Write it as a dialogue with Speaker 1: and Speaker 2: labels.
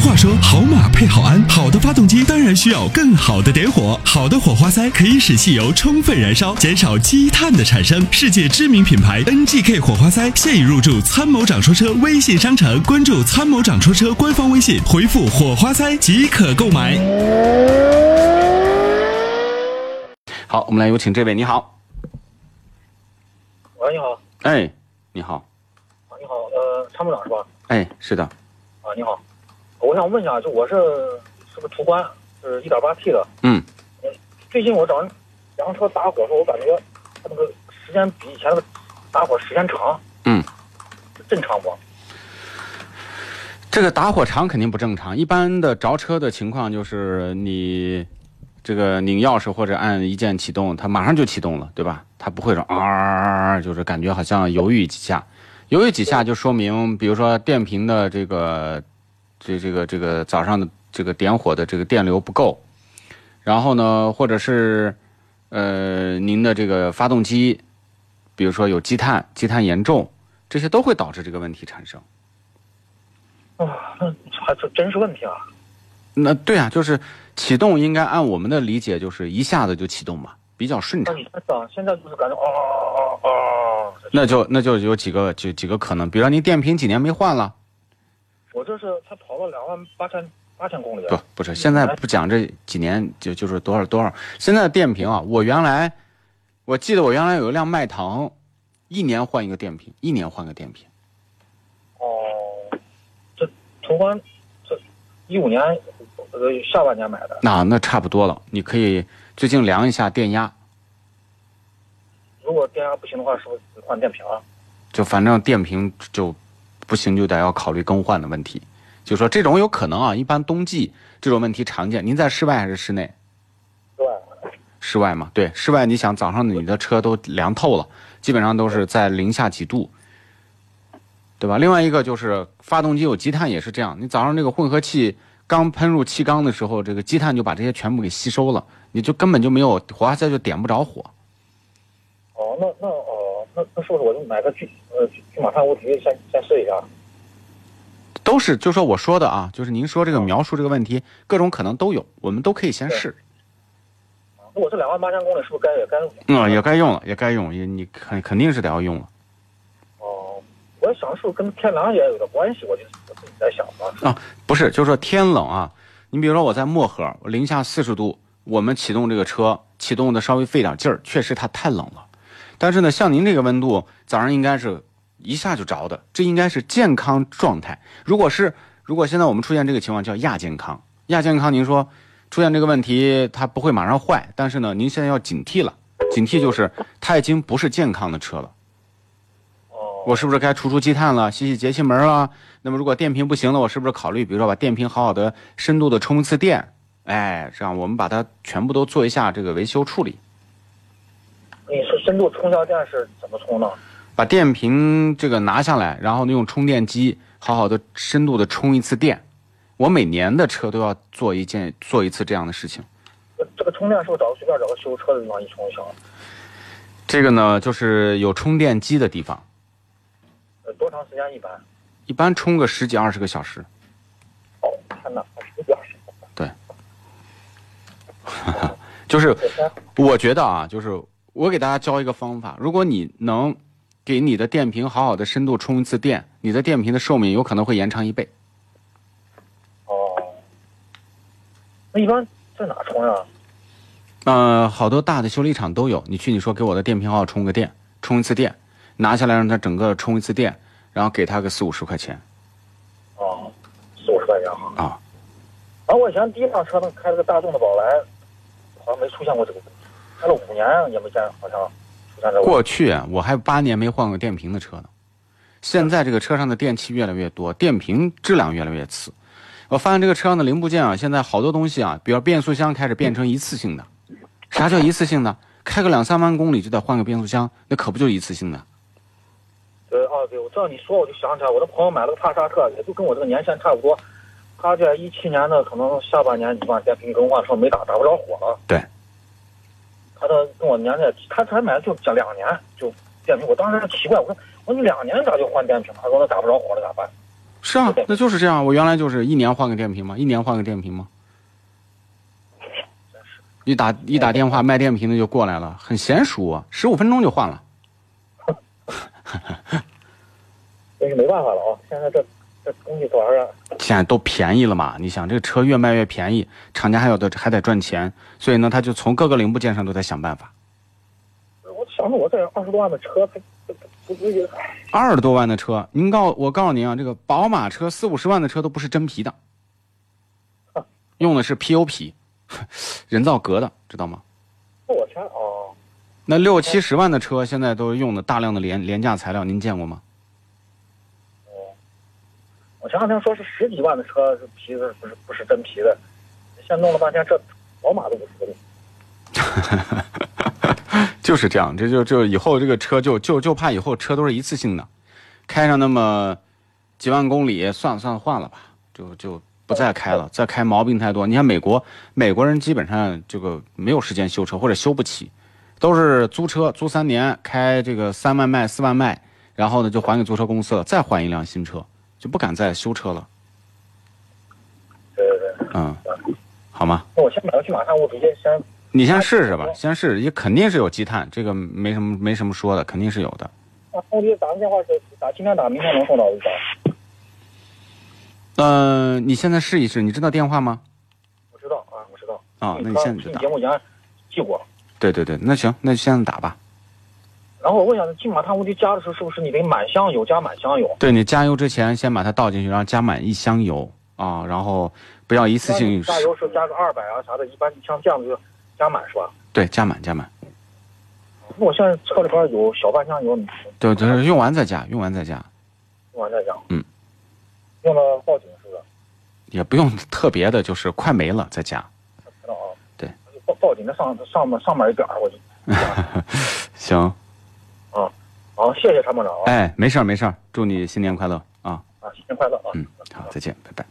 Speaker 1: 话说，好马配好鞍，好的发动机当然需要更好的点火。好的火花塞可以使汽油充分燃烧，减少积碳的产生。世界知名品牌 NGK 火花塞现已入驻参谋长说车微信商城，关注参谋长说车官方微信，回复“火花塞”即可购买。
Speaker 2: 好，我们来有请这位，你好，
Speaker 3: 喂，你好，
Speaker 2: 哎，你好，
Speaker 3: 啊，你好，呃，参谋长是吧？
Speaker 2: 哎，是的，
Speaker 3: 啊，你好，我想问一下，就我是是个途观，是一点八 T 的。
Speaker 2: 嗯
Speaker 3: 最近我找人洋车打火的时候，我感觉它那个时间比以前那个打火时间长，
Speaker 2: 嗯，
Speaker 3: 正常不？
Speaker 2: 这个打火长肯定不正常。一般的着车的情况就是你这个拧钥匙或者按一键启动，它马上就启动了，对吧？它不会说啊，就是感觉好像犹豫几下，犹豫几下就说明，比如说电瓶的这个这这个这个早上的这个点火的这个电流不够，然后呢，或者是呃您的这个发动机，比如说有积碳，积碳严重，这些都会导致这个问题产生。
Speaker 3: 啊，那还真真是问题啊！
Speaker 2: 那对啊，就是启动应该按我们的理解，就是一下子就启动嘛，比较顺
Speaker 3: 那
Speaker 2: 畅。
Speaker 3: 以前啊，现在就是感觉啊啊啊！
Speaker 2: 那就那就有几个就几个可能，比如说您电瓶几年没换了，
Speaker 3: 我这是才跑了两万八千八千公里，啊
Speaker 2: 不不是，现在不讲这几年就就是多少多少。现在的电瓶啊，我原来我记得我原来有一辆迈腾，一年换一个电瓶，一年换个电瓶。
Speaker 3: 哦，这途观这一五年呃下半年买的，
Speaker 2: 那那差不多了，你可以最近量一下电压，
Speaker 3: 如果电压不行的话，是不是得换电瓶啊？
Speaker 2: 就反正电瓶就不行，就得要考虑更换的问题。就说这种有可能啊，一般冬季这种问题常见。您在室外还是室内？
Speaker 3: 对，
Speaker 2: 室外嘛，对，室外你想早上你的车都凉透了，基本上都是在零下几度，对吧？另外一个就是发动机有积碳也是这样，你早上这个混合气刚喷入气缸的时候，这个积碳就把这些全部给吸收了，你就根本就没有火花塞就点不着火。
Speaker 3: 哦，那那哦，那那是不是我就买个聚呃聚聚马碳无敌先先试一下？
Speaker 2: 都是，就说我说的啊，就是您说这个描述这个问题，各种可能都有，我们都可以先试。
Speaker 3: 那我这两万八千公里是不是该也该？
Speaker 2: 嗯，也该用了，也该用，也你肯肯定是得要用了
Speaker 3: 哦，我想是不是跟天凉也有点关系？我就我自己在想嘛。
Speaker 2: 啊。不是，就是说天冷啊，你比如说我在漠河，零下四十度，我们启动这个车，启动的稍微费点劲儿，确实它太冷了。但是呢，像您这个温度，早上应该是一下就着的，这应该是健康状态。如果是如果现在我们出现这个情况叫亚健康，亚健康，您说出现这个问题，它不会马上坏，但是呢，您现在要警惕了，警惕就是它已经不是健康的车了。
Speaker 3: 哦，
Speaker 2: 我是不是该除除积碳了，洗洗节气门了？那么如果电瓶不行了，我是不是考虑，比如说把电瓶好好的深度的充一次电？哎，这样我们把它全部都做一下这个维修处理，
Speaker 3: 你是深度冲销电是怎么冲呢？
Speaker 2: 把电瓶这个拿下来，然后呢用充电机好好的深度的充一次电。我每年的车都要做一件做一次这样的事情。
Speaker 3: 这这个充电是不是找个随便找个修车的地方一充就行了？
Speaker 2: 这个呢就是有充电机的地方，
Speaker 3: 呃，多长时间一般？
Speaker 2: 一般充个十几二十个小时。
Speaker 3: 哦，天哪，十几二十。
Speaker 2: 就是
Speaker 3: 我先
Speaker 2: 我觉得啊，就是我给大家教一个方法，如果你能给你的电瓶好好的深度充一次电，你的电瓶的寿命有可能会延长一倍。
Speaker 3: 哦，那一般在哪充呀、
Speaker 2: 呃，好多大的修理厂都有，你去你说给我的电瓶好好充个电，充一次电，拿下来让它整个充一次电，然后给它个四五十块钱
Speaker 3: 哦，四五十块钱哈。
Speaker 2: 啊。
Speaker 3: 然后我以前第一辆车呢，开了个大众的宝来，好像没出现过这个问题，开了五年也没见，好像出现这个问题。
Speaker 2: 过去啊我还有八年没换过电瓶的车呢，现在这个车上的电器越来越多，电瓶质量越来越次。我发现这个车上的零部件啊，现在好多东西啊，比如变速箱开始变成一次性的。啥叫一次性的？开个两三万公里就得换个变速箱，那可不就一次性的？
Speaker 3: 对啊，对，我知道你说，我就想起来，我的朋友买了个帕萨特，也就跟我这个年限差不多。他在一七年的可能下半年，你把电瓶更换的时候没打打不着火了。
Speaker 2: 对。
Speaker 3: 他的跟我年代，他才买的就这两年就电瓶，我当时奇怪，我说我说你两年咋就换电瓶？他说那打不着火了咋办？
Speaker 2: 是啊，那就是这样。我原来就是一年换个电瓶嘛，一年换个电瓶嘛。一打一打电话，卖电瓶的就过来了，很娴熟啊，十五分钟就换了。
Speaker 3: 但是没办法了啊，现在这这东西玩意儿，
Speaker 2: 现在都便宜了嘛，你想这个车越卖越便宜，厂家还有的还得赚钱，所以呢，他就从各个零部件上都在想办法。
Speaker 3: 我想着我这二十多万的车，它它它不不也
Speaker 2: 二十多万的车，您告我告诉您啊，这个宝马车四五十万的车都不是真皮的，用的是 PU 皮，人造革的，知道吗？
Speaker 3: 那我天啊，
Speaker 2: 那六七十万的车现在都用的大量的廉廉价材料，您见过吗？
Speaker 3: 我前两天说是十几万的车是皮的，不是不是真皮的，现在弄了半天，这宝马都不出的。
Speaker 2: 就是这样，这就就以后这个车就就就怕以后车都是一次性的，开上那么几万公里，算了算了换了吧，就就不再开了，再开毛病太多。你看美国，美国人基本上这个没有时间修车或者修不起，都是租车租三年，开这个三万迈四万迈，然后呢就还给租车公司了，再换一辆新车，就不敢再修车了。
Speaker 3: 对对对，
Speaker 2: 嗯，好吗？
Speaker 3: 那我先买回去，马上我直接先
Speaker 2: 你先试试吧，先试试，也肯定是有积碳，这个没什么没什么说的，肯定是有的。
Speaker 3: 啊，我就打个电话，就打今天打，明天能送到我就打。
Speaker 2: 呃，你现在试一试，你知道电话吗？
Speaker 3: 我知道啊，我知道。
Speaker 2: 啊、那你
Speaker 3: 他
Speaker 2: 现在就
Speaker 3: 听
Speaker 2: 打
Speaker 3: 节。目以前记过。
Speaker 2: 对对对，那行，那就现在打吧。
Speaker 3: 然后我问一下，进马探无敌加的时候，是不是你得满箱油加满箱油？
Speaker 2: 对你加油之前，先把它倒进去，然后加满一箱油啊，然后不要一次性
Speaker 3: 加油时候加个二百啊啥的，一般像这样子就加满是吧？
Speaker 2: 对加满加满，
Speaker 3: 那我现在车里边有小半箱油，你
Speaker 2: 对对，用完再加，用完再加，
Speaker 3: 用完再讲。
Speaker 2: 嗯。
Speaker 3: 用了报警是不是？
Speaker 2: 也不用特别的，就是快没了再加。
Speaker 3: 知道啊。
Speaker 2: 对。
Speaker 3: 报报警的上上面上面一点儿我就。
Speaker 2: 行，
Speaker 3: 好，
Speaker 2: 哎
Speaker 3: 谢谢参谋长啊！
Speaker 2: 哎，没事儿没事儿，祝你新年快乐啊
Speaker 3: 啊，新年快乐啊！
Speaker 2: 嗯嗯，好，再见，拜拜。